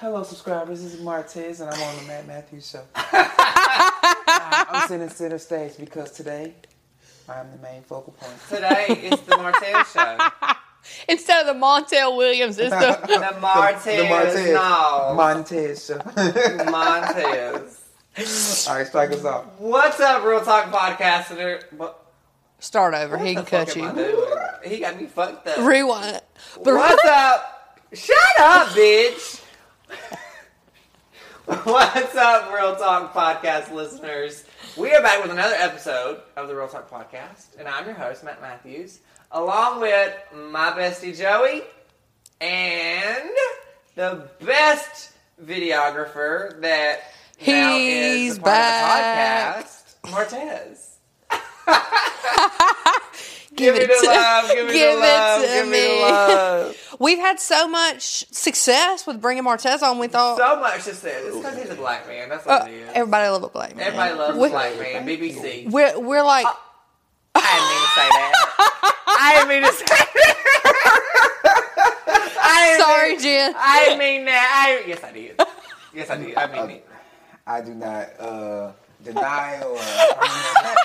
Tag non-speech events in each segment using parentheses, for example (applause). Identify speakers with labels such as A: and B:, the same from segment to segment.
A: Hello, subscribers. This is Martez, and I'm on the Matt Matthews
B: (laughs)
A: Show. I'm sitting center stage because today I'm the main focal point.
B: Today is the Martell show.
C: Instead of the Montel Williams,
B: (laughs)
C: it's the
B: The Martez. No.
A: Montez
B: (laughs)
A: Show. (laughs)
B: Montez.
A: All right, strike us off.
B: What's up, Real Talk Podcaster? What,
C: start over. he
B: what
C: can
B: the fuck
C: cut
B: am I
C: you.
B: doing? He got me fucked up.
C: Rewind. it. But
B: What's up? Shut up, bitch. What's up, Real Talk Podcast listeners? We are back with another episode of the Real Talk Podcast, and I'm your host, Matt Matthews, along with my bestie Joey and the best videographer that now is
C: He's
B: a part
C: back.
B: of the podcast, Martez. Give
C: give,
B: me the love, give me the love, give me the love.
C: (laughs) We've had so much success with bringing Martez on. We thought
B: so much to say. It's because he's a black man. That's
C: uh,
B: what it is.
C: everybody loves a black man.
B: Everybody loves
C: we,
B: black man. BBC.
C: We're we're like
B: I didn't mean to say that. I didn't mean to say that. I didn't
C: sorry,
B: mean-
C: Jen.
B: I didn't mean that. I yes, I did. Yes, I did. I mean it.
A: I do not uh, deny or I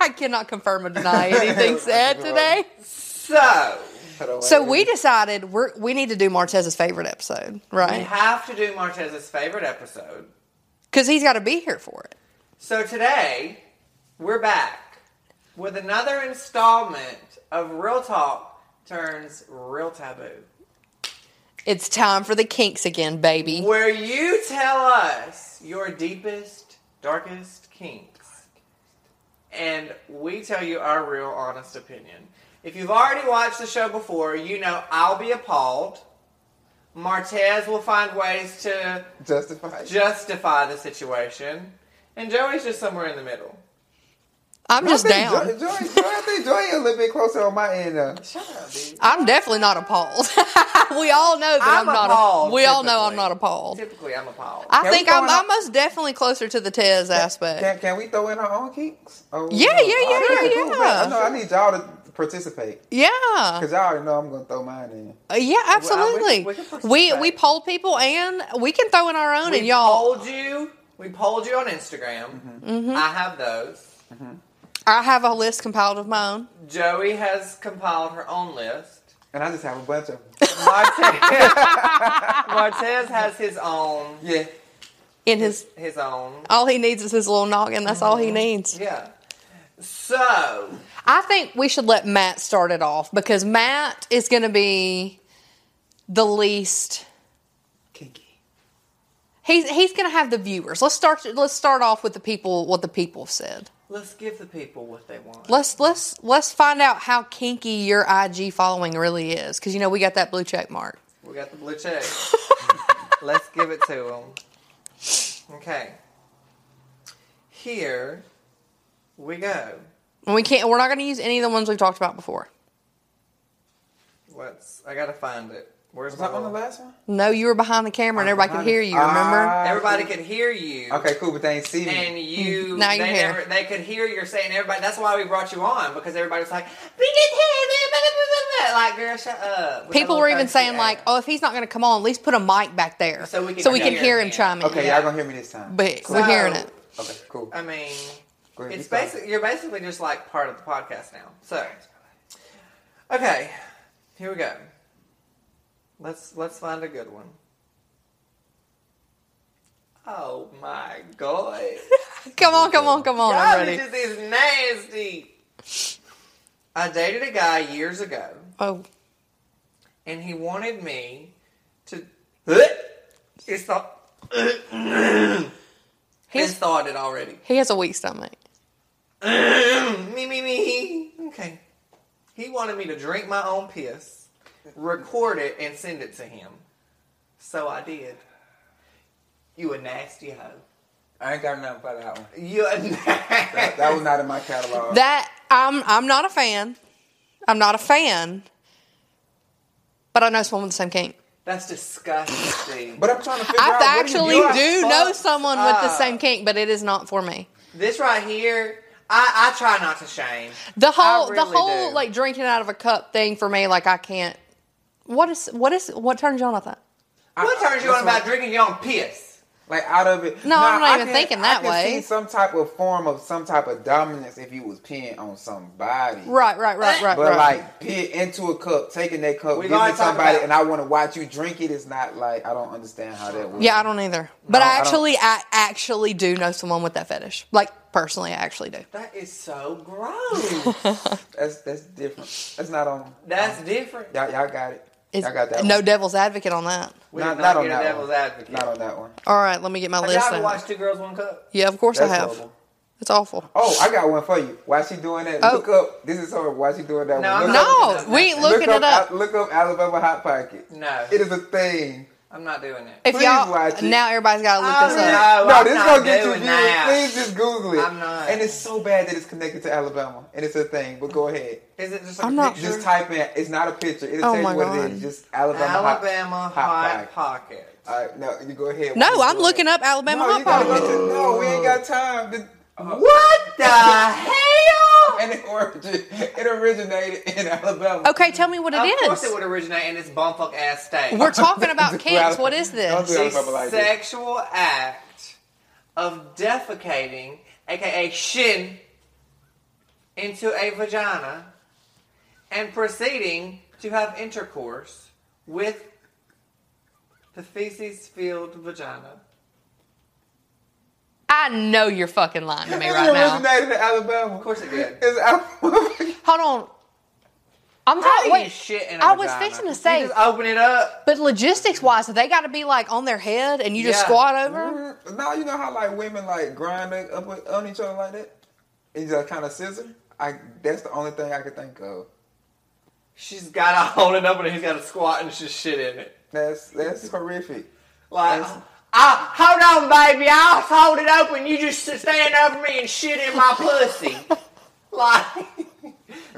C: I cannot confirm or deny
B: (laughs)
C: anything said today.
B: So
A: don't know.
C: So we decided we are we need to do Martez's favorite episode,
B: we
C: right?
B: have to do Martez's favorite episode.
C: Because he's got to be here for it.
B: So today we're back with another installment of Real Talk turns Real Taboo.
C: It's time for the kinks again, baby.
B: where you tell us your deepest, darkest kinks, and we tell you our real, honest opinion. If you've already watched the show before, you know I'll be appalled. Martez will find ways to
A: justify.
B: justify the situation, and Joey's just somewhere in the middle.
C: I'm just
A: I think Joy,
C: down.
A: Joy, Joy, I think Joy a little bit closer on my end. Uh,
B: Shut up, dude.
C: I'm definitely not appalled. (laughs) we all know that
B: I'm
C: I'm, not.
B: appalled,
C: we all know I'm
B: typically.
C: not appalled.
B: Typically, I'm appalled.
C: I
A: Yeah,
C: think
A: we
C: I'm,
A: throwing
C: I'm most definitely closer to the Tez aspect.
A: can, can we throw in our own kinks? Oh,
C: Yeah,
A: uh,
C: yeah,
A: oh,
C: yeah, yeah,
A: cool,
C: yeah.
A: man. I know. I need y'all to participate
C: Yeah,
A: because y'all already know I'm gonna throw mine in.
C: Uh, yeah, absolutely.
B: we
C: We
B: can push
C: we,
B: this back.
C: poll people and we can throw in our own and y'all.
B: polled you. We polled you on Instagram. I have those.
C: I have a list compiled of my own.
B: Joey has compiled her own list.
A: And I just have a bunch of them.
B: Martez, Martez has his own.
A: Yeah.
C: In his,
B: His own.
C: all he needs is his little noggin. That's all he
B: Mm-hmm.
C: needs.
B: Yeah. So,
C: I think we should let Matt start it off because Matt is going to be the least.
A: Kinky.
C: He's he's going to have the viewers. Let's start. Let's start off with the people. What the people have said.
B: let's give the people what they want.
C: Let's let's let's find out how kinky your IG following really is because you know we got that blue check mark.
B: We got the blue check. (laughs) let's give it to them. Okay. Here we go.
C: And we can't. We're not going to use any of the ones we've talked about before.
B: Let's. I gotta find it. Where's
A: Was
B: my
A: I on the
B: little-
A: last one?
C: No, you were behind the camera and everybody could hear you. Remember?
A: Ah,
B: Everybody can hear you.
A: Okay, cool, but they ain't see me.
B: and you
C: Mm. Now
B: they,
C: you're here.
B: never- they could hear you're saying everybody that's why we brought you on because everybody was like we didn't hear it, blah, blah, blah, blah, blah." like girl shut up With
C: People
B: that
C: were
B: little
C: even
B: thirsty
C: saying
B: ass.
C: like, "Oh, if he's not going to come on, at least put a mic back there
B: So we can
C: can
B: hear
C: hear
B: him,
C: him
B: yeah.
C: chime in."
A: okay,
B: Yeah.
A: y'all gonna hear me this time.
C: But
B: So-
C: we're hearing it.
A: okay, cool.
B: i mean
A: Go ahead,
B: it's
A: you start.
B: basically you're basically just like part of the podcast now so okay here we go let's let's find a good one oh my
C: (laughs)
B: god
C: Come on, come on, come on! I'm
B: god this
C: ready.
B: just is nasty i dated a guy years ago
C: Oh,
B: and he wanted me to. It's thought. He's
C: He's-
B: thought it already.
C: he has a weak stomach.
B: me, me, me. Okay. He wanted me to drink my own piss, record it, and send it to him. So I did. You a nasty hoe.
A: I ain't got nothing for that one.
B: You a (laughs)
A: That,
B: nasty.
A: that was not in my catalog.
C: That I'm I'm not a fan. I'm not a fan. But I know someone with the same kink.
B: That's disgusting.
A: but I'm trying to figure out.
C: I
A: what do you
C: actually
A: do?
B: are
C: do know
B: fucked
C: someone with the
B: up.
C: same kink, but it is not for me.
B: this right here, I, I try not to shame.
C: The whole the
B: really
C: whole
B: do.
C: like drinking out of a cup thing for me, like I can't. What is what is what turns you on at that?
B: What
A: I-
B: turns you on
A: that's
B: about
A: why-
B: drinking your own piss?
A: Like out of it.
C: No, I'm not
A: I
C: even thinking that
A: I can
C: way.
A: See some type of form of some type of dominance if you was peeing on somebody.
C: Right, right, right, right,
A: But
C: right.
A: like peeing into a cup, taking that cup,
B: We've
A: giving
B: already
A: it
B: talked
A: somebody,
B: about-
A: and I want to watch you drink it. It's not like I don't understand how that works.
C: yeah, I don't either. But
A: No,
C: I
A: I don't.
C: actually, I, actually do know someone with that fetish. Like personally, I actually do.
B: That is
C: (laughs)
B: so gross.
A: That's that's different. That's not on.
B: That's different.
A: Y'all, y'all got it.
C: It's,
A: y'all got that.
C: no
A: one.
C: devil's advocate on that.
B: We
A: not,
B: did
A: not
B: not,
A: on
B: get
A: that
B: a devil's
A: one.
B: advocate.
A: Not on that one.
C: All right, let me get my
B: Have
C: list.
B: y'all ever
C: out.
B: watched Two Girls One Cup?
C: Yeah, of course
A: That's
C: I have.
A: horrible.
C: It's awful.
A: Oh, I got one for you. Why she doing that?
C: Oh.
A: Look up. This is her. Why she doing that?
B: No,
A: one?
B: I'm
A: Look
B: not
A: up-
C: No, we ain't looking
A: look
C: it up.
A: Al- Look up Alabama Hot Pockets.
B: No.
A: it is a thing.
B: I'm not doing it.
C: If
A: please
C: y'all
A: watch it.
C: now everybody's got to look
B: Oh,
C: this
B: no.
C: up.
A: no,
B: I'm
A: this
B: not
A: gonna get you
B: doing
A: views.
B: that.
A: Please just Google it.
B: I'm not.
A: And it's so bad that it's connected to Alabama, and it's a thing. But go ahead.
B: Is it just like
C: I'm
B: a
C: not-
B: picture?
A: Just type in. It's not a picture. It'll
C: Oh
A: tell you
C: my
A: what
C: God.
A: it is. Just Alabama,
B: Alabama Hot,
A: Hot, Pockets.
B: Pocket.
A: All right, no, you go ahead.
C: No,
A: We'll
C: I'm
A: do it.
C: looking up Alabama
A: No,
C: Hot
A: you gotta
C: Pockets.
A: look at- no, we ain't got time. uh-huh. The-
B: What
C: (laughs)
B: the hell?
A: And it origin, it originated in Alabama.
C: Okay, tell me what it
B: of
C: is.
B: course it would originate in this bumfuck ass state.
C: We're talking
A: (laughs)
C: about
A: Don't do
C: kinks.
A: Alabama-
C: What is
A: don't do
C: this?
A: Alabama
B: the
A: like this.
B: sexual act of defecating, aka shin, into a vagina and proceeding to have intercourse with the feces filled vagina.
C: I know you're fucking lying to me
A: It
C: right now.
A: originated in Alabama.
B: Of course it did.
A: It's Alabama.
C: Hold on.
B: How
C: I'm
B: do
C: talking.
B: you
C: Wait,
B: shit in a
C: I was
B: vagina?
C: fixing to
B: You
C: say-
B: just open it up.
C: but logistics wise, they got to be like on their head, and you just
B: Yeah.
C: squat over.
A: Mm, (laughs) Now you know how like women like grind it up with- on each other like that, and just kind of scissor. I that's the only thing I could think of.
B: She's gotta hold it up and he's gotta squat and just shit in it.
A: That's that's horrific.
B: Like,
A: That's-
B: I, hold on, baby. I'll hold it open. You just stand over me and shit in my
A: (laughs)
B: pussy. like,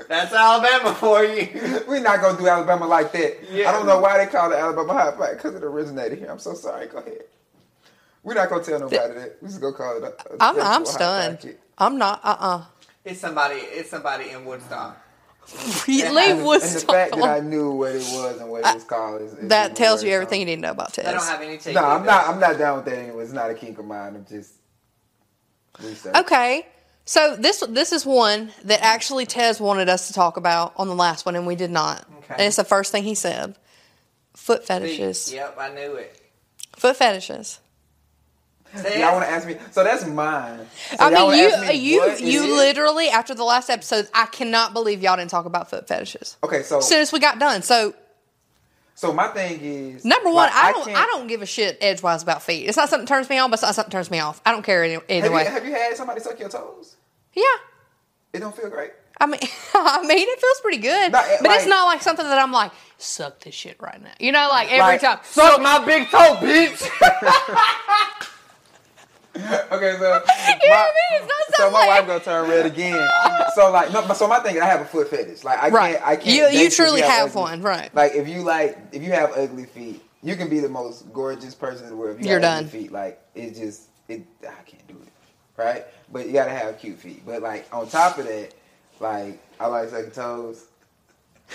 B: that's Alabama for you.
A: We're not gonna do Alabama like that.
B: Yeah.
A: I don't know why they call it Alabama hot pot because it originated here. I'm so sorry. Go ahead. We're not gonna tell nobody that. We just gonna call it. A, a
C: I'm
A: sexual
C: I'm
A: hot
C: stunned.
A: pocket.
C: I'm not. Uh uh (laughs)
B: It's somebody. It's somebody in Woodstock.
C: Leave
A: And the
C: Woodstock.
A: fact
C: (laughs)
A: that I
C: alone.
A: knew what it was and what it was called is, is
C: That
A: even
C: tells
A: worse,
C: you everything you
A: huh?
C: need to know about
B: They don't
C: Tess.
B: have any taste.
A: No, I'm not. I'm not down with that anyway. It's not a kink of mine. I'm just research.
C: Okay. So this this is one that actually Tez wanted us to talk about on the last one, and we did not.
B: Okay.
C: And it's the first thing he said: foot fetishes.
B: Yep, I knew it.
C: Foot fetishes.
B: See,
A: Y'all want to ask me? So that's mine. So
C: I
A: y'all wanna
C: mean,
A: ask me
C: you
A: what
C: you
A: it
C: you
A: is?
C: literally after the last episode, I cannot believe y'all didn't talk about foot fetishes.
A: Okay, so
C: As soon as we got done, so
A: so my thing is
C: number one,
A: like,
C: I don't
A: can't-
C: I, don't give a shit edgewise about feet. It's not something that turns me on, but it's not something that turns me off. I don't care any, either
A: Have you,
C: way.
A: have you had somebody suck your toes?
C: yeah.
A: It don't feel great.
C: I mean, (laughs) I mean, it feels pretty good,
A: No, it-
C: but it's
A: like-
C: not like something that I'm like suck this shit right now. You know, like every
A: Like,
C: time.
B: suck my big toe,
C: (laughs)
B: bitch.
A: Okay, so
C: You know what I mean? It's not
A: so my
C: something
A: wife gonna turn red again. So like, no, so my thing, I have a foot fetish. Like I
C: Right.
A: can't, I can't.
C: You-
A: date
C: you
A: if
C: truly have
A: ugly-
C: one, right.
A: Like if you like, if you have ugly feet, you can be the most gorgeous person in the world. If you
C: You're
A: have ugly
C: done.
A: Feet, like it just, it, I can't do it. Right, but you gotta have cute feet. But like on top of that, like I like sucking toes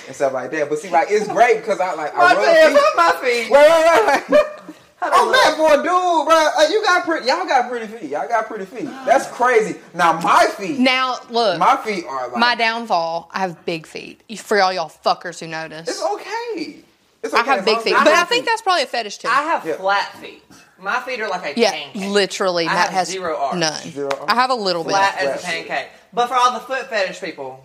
A: and stuff like that. But see, like it's great because I like
B: my
A: I
B: feet.
A: rub feet.
B: my feet.
A: Wait, wait, (laughs) wait, wait. I'm
B: look.
A: mad for a dude, bro. Uh, you got pretty, y'all got pretty feet. Y'all got pretty feet. That's crazy. Now my feet,
C: Now look, my,
A: my feet are like
C: downfall. I have big feet. For all y'all fuckers who notice,
A: It's okay. It's okay.
C: I have
A: as
C: big
A: long as
C: feet,
A: you
C: but I
A: got
C: think
A: feet.
C: that's probably a fetish too.
B: I have
A: Yeah.
B: flat feet. My feet are like a
C: yeah,
B: pancake.
C: literally,
B: I
C: Matt
B: have
C: has
B: zero arch.
C: none.
A: Zero arch.
C: I have a little
B: flat
A: Yeah,
B: as
A: flat
B: a
A: feet.
B: pancake. But for all the foot fetish people,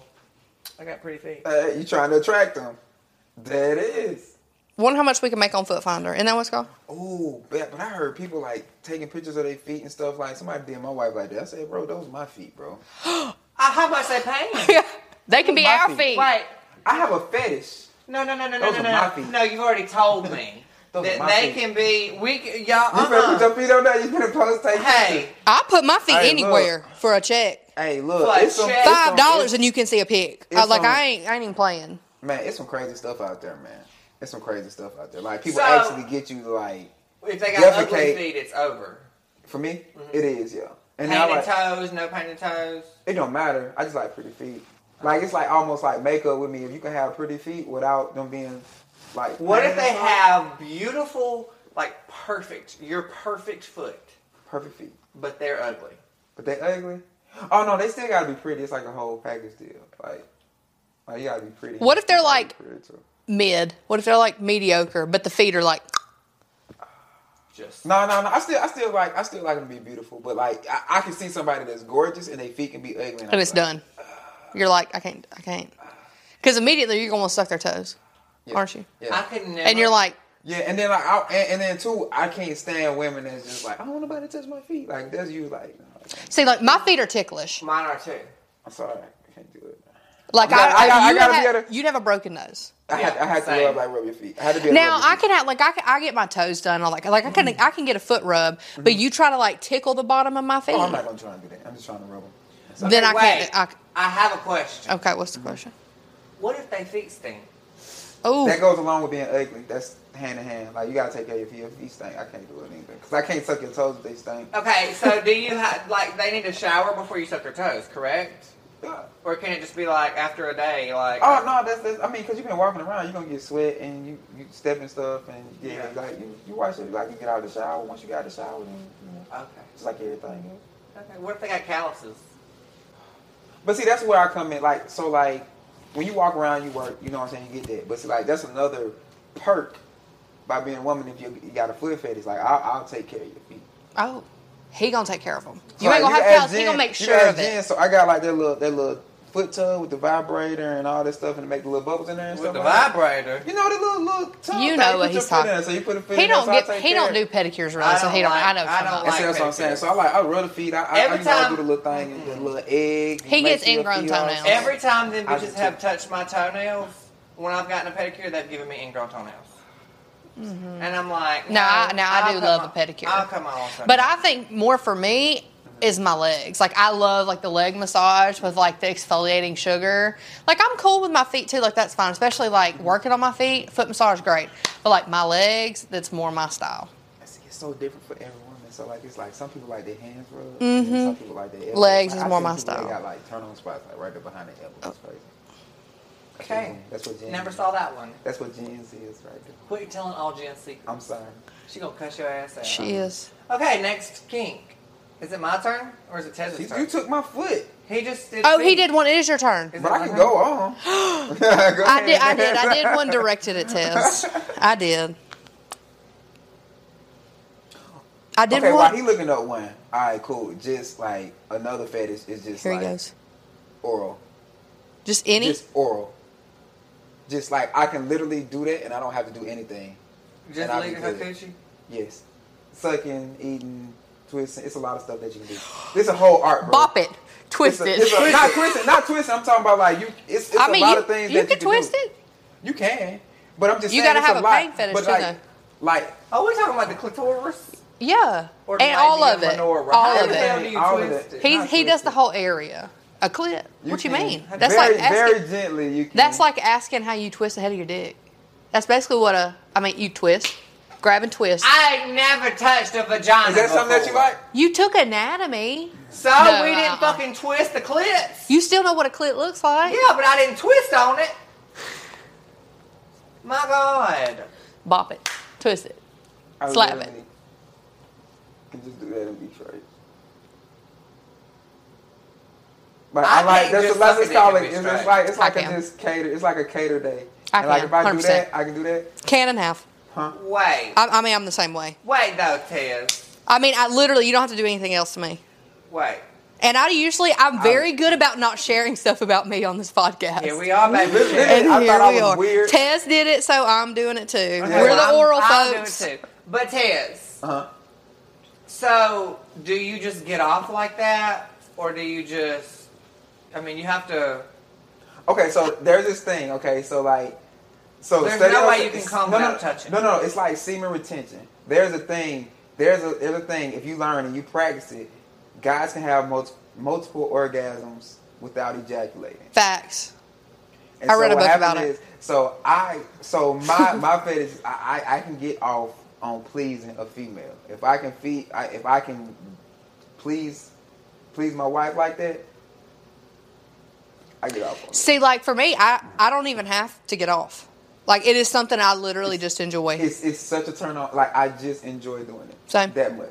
B: I got pretty feet.
A: Uh, you trying to attract them? That is.
C: bit. Wonder how much we can make on Foot Finder. Isn't that
A: (laughs)
C: what's called?
A: Oh, but, but I heard people like taking pictures of their feet and stuff. Like somebody did my wife like that. I said, bro, those my feet, bro.
B: I, how much they paying?
C: Yeah, (laughs) they can be
A: My
C: our
A: feet.
C: feet.
B: Wait,
A: I have a fetish.
B: no, no, no, no, no,
A: Those
B: no,
A: are
B: no.
A: my feet.
B: No, you've already told (laughs) me that
A: Those are my
B: they
A: feet.
B: can be. We c- y'all.
A: You better put
B: Uh-uh.
A: your feet on there. You better post take
B: Hey,
A: pictures.
C: I put my feet
A: Hey, look.
C: anywhere for a check.
A: Hey, look,
B: Like,
A: it's some
B: check.
A: it's some-
C: Five dollars
A: it's-
C: and you can see a pic. I
A: it's
C: was like,
A: on-
C: I ain't, I ain't even playing.
A: Man, it's some crazy stuff out there, man. It's some crazy stuff out there. Like people
B: So-
A: actually get you like
B: if they got ugly
A: Defecate.
B: feet, it's over.
A: for me,
B: Mm-hmm.
A: it is, yeah. And now
B: Painted
A: like
B: toes, no painted toes.
A: it don't matter. I just like pretty feet. Like it's like almost like makeup with me. If you can have pretty feet without them being like
B: What if
A: painted
B: they
A: or
B: have beautiful like perfect, your perfect foot,
A: Perfect feet.
B: but they're ugly.
A: But they ugly. Oh no, they still gotta be pretty. It's like a whole package deal. Like, like you gotta be pretty.
C: What if they're
A: You gotta
C: like-
A: be pretty, too.
C: mid. What if they're like mediocre, but the feet are like
B: Just
A: No, no, no. I still, I still like, I still like them to be beautiful. But like, I, I can see somebody that's gorgeous and their feet can be ugly. I'm
C: and it's
A: like,
C: done? You're like, I can't, I can't, because immediately you're gonna want to suck their toes,
A: yeah,
C: aren't you?
A: Yeah,
B: I could never.
C: And you're like,
A: yeah. And then like, I, and, and then too, I can't stand women that's just like, I don't want nobody to touch my feet. Like that's you. Like, no,
C: see, like my feet are ticklish.
B: mine are too.
A: I'm sorry, I can't do it.
C: Like
A: I gotta-
C: I,
A: I gotta- I
C: you
A: gotta
C: have,
A: be able to-
C: you'd have a broken nose.
A: I had, I had to
B: Same.
A: rub like rub your feet. I had to be. able to
C: Now
A: rub your
C: I
A: feet.
C: can have like I, can, I get my toes done all like like I can I can get a foot rub, but you try to like tickle the bottom of my feet,
A: Mm-hmm. Oh, I'm not gonna try and do that. I'm just trying to rub them.
C: then I
B: Wait,
C: can't. I, Oh.
B: I have a question.
C: okay, what's the question?
B: What if they feet stink?
C: Oh,
A: That goes along with being ugly. That's hand in hand. Like you gotta take care of your feet. Your feet stink. I can't do it either because I can't suck your toes if they stink.
B: Okay, so do you have like they need to shower before you suck their toes, correct?
A: Yeah.
B: Or can it just be like after a day, like
A: Oh no, that's, that's I mean, cause you've been walking around, you're gonna get sweat and you you step and stuff and yeah,
B: Yeah.
A: like you you wash it like you get out of the shower. Once you get out of the shower, then you know,
B: Okay.
A: just like everything. else.
B: Okay. What if they got calluses?
A: But see, that's where I come in. Like so, like when you walk around, you work. You know what I'm saying? You get that. But see, like that's another perk by being a woman. If you, you got a foot fetish, like I'll, I'll take care of your feet.
C: oh, he gonna take care of them.
A: So,
C: You
A: like,
C: ain't gonna
A: can
C: have
A: ask
C: cows. He
A: Jen-
C: gonna make
A: you can
C: sure
A: ask
C: of it.
A: Jen, so I got like that little that little foot tub with the vibrator and all that stuff and make the little bubbles in there and
B: With
A: stuff.
B: the
A: like that.
B: vibrator.
A: You know the little little. tub
C: You
A: thing
C: know
A: put
C: what
A: your
C: he's
A: foot in,
C: talking-
A: So you put a foot
C: He
A: in there,
C: don't
A: so I'll
C: get.
A: take
C: He
A: care of
C: don't
A: it.
C: do pedicures
B: I
C: really, so he
B: don't
C: don't. I
B: like-
C: know.
B: I
C: he
B: don't
A: And
B: like-
A: see, that's what I'm saying. So I like I rub the feet. I, I,
B: Every
A: I, you know, I
B: time-
A: do the little thing, and the little egg.
C: He
A: make
C: gets
A: sure your
C: ingrown
A: feet all-
C: toenails.
B: Every time them
A: I
B: bitches
A: do,
B: have
A: too.
B: touched my toenails, when I've gotten a pedicure, they've given me ingrown toenails. And I'm like, "Oh,
C: No, Mm-hmm. I- no, I
B: I'll
C: do
B: cut
C: love
B: my-
C: a pedicure.
B: I'll come on. Sunday.
C: But I think more for me is my legs. Like I love like the leg massage with like the exfoliating sugar. Like I'm cool with my feet too. Like that's fine, especially like working on my feet. Foot massage great, but like my legs, that's more my style.
A: I see, it's so different for every woman. So like it's like some people like their hands rubbed, and then some people like their elbows.
C: Mm-hmm. Legs
A: Like,
C: is
A: I
C: more
A: see
C: my
A: people that
C: style.
A: Got like turn on spots like right there behind the elbow. That's crazy. That's what
B: Oh, okay,
A: Gen- That's what Gen.
B: never saw that one.
A: That's what Gen Z is right there.
B: Quit telling all Jen secrets.
A: I'm sorry.
B: She gonna cut your ass out.
C: She is.
B: Okay, next kink. Is it my turn or is it Tez's
A: You,
B: turn?
A: you took my foot,
B: he just did.
C: Oh, he
B: feet.
C: did one. It is your turn.
B: Is it
A: but
B: my
A: I can
B: turn?
A: go on. (laughs) Go
C: (gasps) I did. I
A: ahead.
C: did. I did one directed at Tess. I did. I did
A: okay,
C: one.
A: while he looking up one, all right, cool. Just like another fetish is just
C: Here he
A: like
C: goes.
A: oral.
C: Just any.
A: Just oral. Just like I can literally do that and I don't have to do anything.
B: Just
A: And I'll be
B: leaving her
A: good.
B: coochie.
A: Yes. Sucking, eating, twisting. It's a lot of stuff that you can do. This a whole art, bro.
C: Bop it.
A: It's
C: Twist
A: a-
C: it.
A: it's a- not twisting, not twisting. I'm talking about like you. It's, it's
C: I mean,
A: a lot
C: you,
A: of things
C: you
A: that
C: can
A: you
C: twist
A: can do.
C: it.
A: You can, but I'm just
C: You
A: saying
C: gotta
A: it's
C: have
A: a
C: a
A: lot.
C: pain fetish,
A: but
C: too,
A: like, like
B: Oh, we're talking about the clitoris.
C: Yeah,
B: Or
C: and
B: the
C: all
B: labia
C: of it,
B: minora.
C: all
B: How
C: of
B: the hell do
C: it.
B: you
A: All of
B: twist
A: it.
B: it?
C: He
A: Not
C: he does the
A: twisted.
C: whole area. A clip. what you
A: can-
C: mean? That's
A: very,
C: like asking,
A: very gently. You can.
C: that's like asking how you twist the head of your dick. That's basically what a I mean. You twist, grab and twist.
B: I ain't never touched a vagina.
A: Is that something that you
B: before.
A: like?
C: you took anatomy.
B: So
C: No,
B: we didn't
C: uh-uh.
B: fucking twist the clits.
C: You still know what a clit looks like.
B: Yeah, but I didn't twist on it. My God.
C: Bop it, twist it.
A: I
C: slap it.
A: literally Can just do that and be straight. But
B: I
A: I, like
B: can't
A: that's
B: just
A: a, let's
B: suck
A: just
B: it in
A: call
B: and
A: it.
B: be
A: It's
B: straight.
A: just like it's
C: I
A: like a
C: can.
A: just cater. It's like a cater day.
C: I
A: and like
C: can,
A: if I do
C: 100%.
A: that, I can do that.
C: Can and half.
A: Huh?
B: Wait.
C: I, I mean, I'm the same way.
B: Wait, though, Tez.
C: I mean, I literally you don't have to do anything else to me.
B: Wait.
C: And I usually I'm very good about not sharing stuff about me on this podcast.
B: Here we are, baby.
A: Listen,
B: Shit.
A: listen,
C: And
A: I
C: here
A: thought I
C: we
A: was
C: are.
A: weird.
C: Tez did it, so I'm doing it too.
A: Okay,
C: (laughs) We're
A: well,
C: the
B: I'm-
C: oral
B: I'll do it
C: folks.
B: too. But Tez,
A: Uh-huh.
B: so do you just get off like that, or do you just? I mean, you have to.
A: Okay, so there's this thing. Okay, so like, so
B: There's
A: study-
B: no way you can come
A: no, no,
B: without touching.
A: No, no, it's like semen retention. There's a thing. There's a there's a thing. If you learn and you practice it, guys can have multi- multiple orgasms without ejaculating.
C: Facts.
A: And
C: I read a
A: what
C: book
A: happened
C: about it.
A: is- So I, so my my fetish, I, I I can get off on pleasing a female. If I can feed, I, if I can please please my wife like that, I get off. On it.
C: See, like for me, I, I don't even have to get off. Like it is something I literally just enjoy.
A: It's it's such a turn on. Like I just enjoy doing it.
C: Same.
A: That much.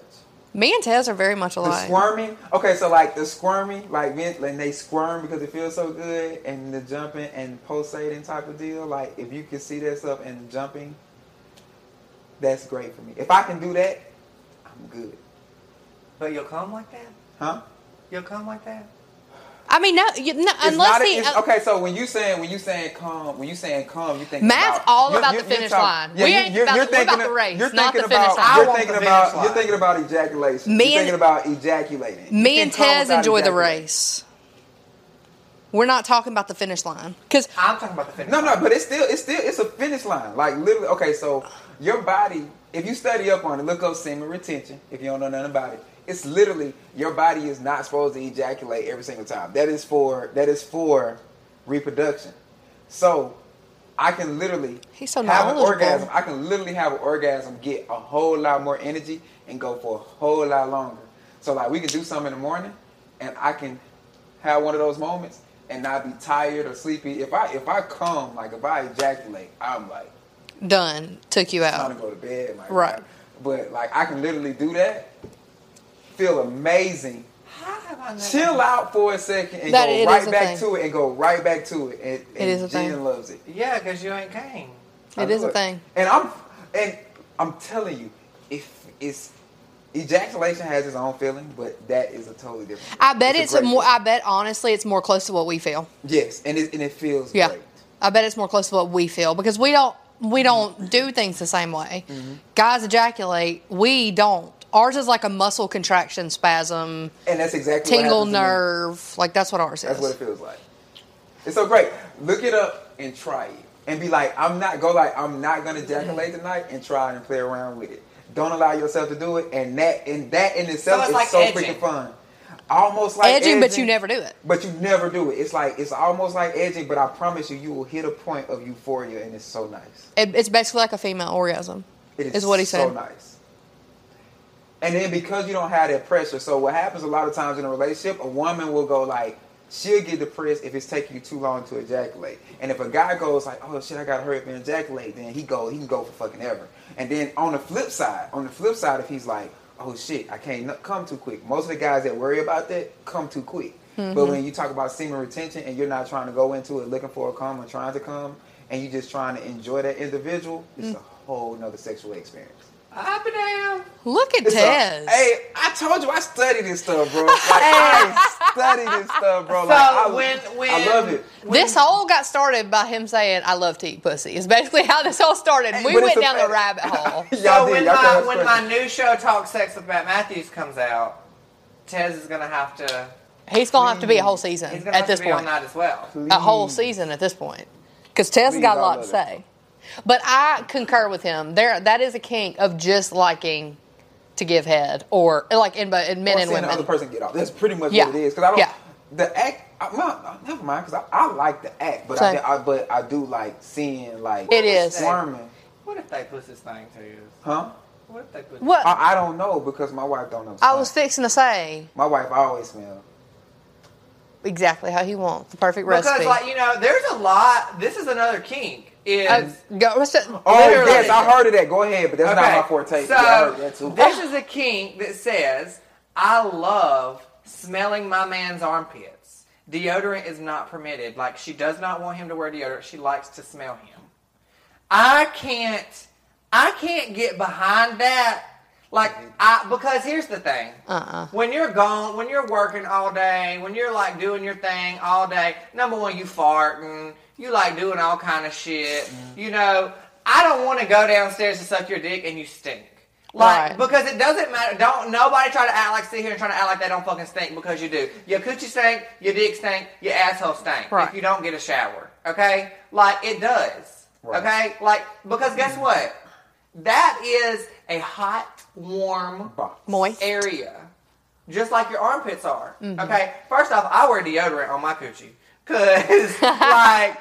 C: Me and Tez are very much
A: The
C: alike.
A: squirming. Okay, so like the squirming, like men, like they squirm because it feels so good, and the jumping and pulsating type of deal. Like if you can see that stuff and jumping, that's great for me. If I can do that, I'm good.
B: But you'll come like that?
A: Huh?
B: You'll come like that?
C: I mean, no, you, no
A: It's
C: unless
A: not a-
C: he. uh,
A: it's- okay, so when you saying when you saying calm, when you saying calm, you think
C: Matt's
A: about,
C: all
A: you're-
C: about
A: you're-
C: the
A: you're
C: finish
A: talking-
C: line. We ain't about- we're about the race,
A: You're
C: not the
A: thinking
C: finish
A: about.
C: line. I
A: You're
B: want the
A: thinking
B: finish
A: about.
B: line.
A: You're thinking about ejaculation.
C: Me
A: you're
C: and-
A: thinking about ejaculating.
C: me
A: You
C: and
A: can calm
C: Tez
A: without
C: enjoy the
A: ejaculating.
C: race. We're not talking about the finish line because
B: I'm talking about the finish
A: No, no,
B: line.
A: but it's still, it's still, it's a finish line. Like literally, okay. So your body, if you study up on it, look up semen retention. If you don't know nothing about it, it's literally your body is not supposed to ejaculate every single time. That is for that is for reproduction. So I can literally
C: He's so
A: have an
C: knowledgeable.
A: orgasm. I can literally have an orgasm, get a whole lot more energy, and go for a whole lot longer. So like we can do something in the morning, and I can have one of those moments and not be tired or sleepy. If I if I come like if I ejaculate, I'm like
C: done took you
A: time to
C: out.
A: go to bed. Like,
C: Oh. Right.
A: But like I can literally do that, feel amazing,
B: How have I never-
A: chill out for a second, and
C: That- it
A: go
C: is
A: right
C: a
A: back
C: thing.
A: to it, and go right back to it. And, and
C: is a
A: Jen
C: thing.
A: loves it.
B: Yeah, because you ain't came.
A: I
C: It is
A: know
C: a thing.
A: And I'm and I'm telling you, if it's ejaculation has its own feeling, but that is a totally different.
C: I bet it's,
A: great
C: more.
A: feeling.
C: I bet honestly, it's more close to what we feel.
A: yes, and it and it feels
C: Yeah,
A: great.
C: I bet it's more close to what we feel because we don't we don't do things the same way.
A: Mm-hmm.
C: Guys ejaculate. We don't. Ours is like a muscle contraction spasm,
A: And that's exactly
C: tingle
A: what happens when-
C: nerve. Like that's what ours
A: That's what
C: is.
A: it feels like. It's so great. Look it up and try it, and be like, I'm not go like I'm not gonna ejaculate tonight, and try and play around with it. Don't allow yourself to do it, and that and that in itself
B: it's
A: is
B: like
A: so
B: edging.
A: freaking fun. Almost like
C: edging, but you never do it.
A: But you never do it. It's like it's almost like edging, but I promise you, you will hit a point of euphoria, and it's so nice.
C: it it's basically like a female orgasm.
A: It
C: is what he
A: so
C: said.
A: nice. And then because you don't have that pressure, so what happens a lot of times in a relationship, a woman will go like, she'll get depressed if it's taking you too long to ejaculate. And if a guy goes like, oh shit, I gotta hurry up and ejaculate, then he go, he can go for fucking ever. And then on the flip side, on the flip side, if he's like, oh shit, I can't n- come too quick. Most of the guys that worry about that come too quick. But when you talk about semen retention and you're not trying to go into it looking for a cum or trying to come, and you just trying to enjoy that individual, it's a whole nother sexual experience.
B: Up and down.
C: Look at
A: It's a-
C: Tez.
A: hey, I told you I study this stuff, bro.
C: (laughs)
A: Like, I study this stuff, bro. like, I,
B: So when- when-
A: I love it.
C: this all got started by him saying, "I love to eat pussy." Is basically how this all started.
A: Hey,
C: we
A: but it's
C: went
A: a
C: down
A: fact.
C: the rabbit hole.
A: (laughs) Y'all
B: so
A: did,
B: when
A: y'all
B: my
A: got
B: when
A: us
B: my
A: questions.
B: new show Talk Sex with Matt Matthews comes out, Tez is gonna have to
C: He's gonna have to
A: Mm-hmm.
C: be a whole
B: he's
C: season
B: gonna
C: at
B: have
C: this
B: to be on
C: point.
B: that as well.
C: A whole season at this point, because Tez
A: Please,
C: got
A: I
C: a lot to
A: love it.
C: say. But I concur with him. There, that is a kink of just liking to give head, or like in, but in men
A: Or
C: and
A: seeing the other
C: women.
A: person get off. That's pretty much
C: Yeah.
A: what it is. Because I don't.
C: Yeah.
A: The act. I, my, uh, never mind. Because I, I like the act, but I,
C: Same.
A: I but I do like seeing like
C: It is.
A: squirming,
B: What if they put this thing to you?
A: huh?
B: What if they put
C: What
A: I, I don't know because my wife don't know.
C: I was
A: squirm.
C: fixing to say
A: my wife always smell.
C: exactly how he wants the perfect
B: Because
C: recipe.
B: like you know, there's a lot. This is another kink. Is
C: Uh, go, what's that?
A: Oh
B: Literally.
A: yes, I heard of that. Go ahead, but that's not my forte.
B: So
A: Yeah, I heard that too.
B: this is a kink that says, "I love smelling my man's armpits. Deodorant is not permitted. Like she does not want him to wear deodorant. She likes to smell him. I can't. I can't get behind that. Like I because here's the thing.
C: Uh-uh.
B: When you're gone, when you're working all day, when you're like doing your thing all day, number one, you farting, you like doing all kind of shit.
C: Mm-hmm.
B: You know, I don't want to go downstairs to suck your dick and you stink. Like
C: Right.
B: because it doesn't matter. Don't nobody try to act like sit here and try to act like they don't fucking stink because you do. Your coochie stink, your dick stink, your asshole stink. If
C: Right.
B: you don't get a shower, okay? Like it does.
A: Right.
B: Okay, like because guess what? That is a hot, warm
A: Box.
C: Moist.
B: area, just like your armpits are.
A: Mm-hmm.
B: Okay, first off, I wear deodorant on my coochie,
A: (laughs)
B: cause like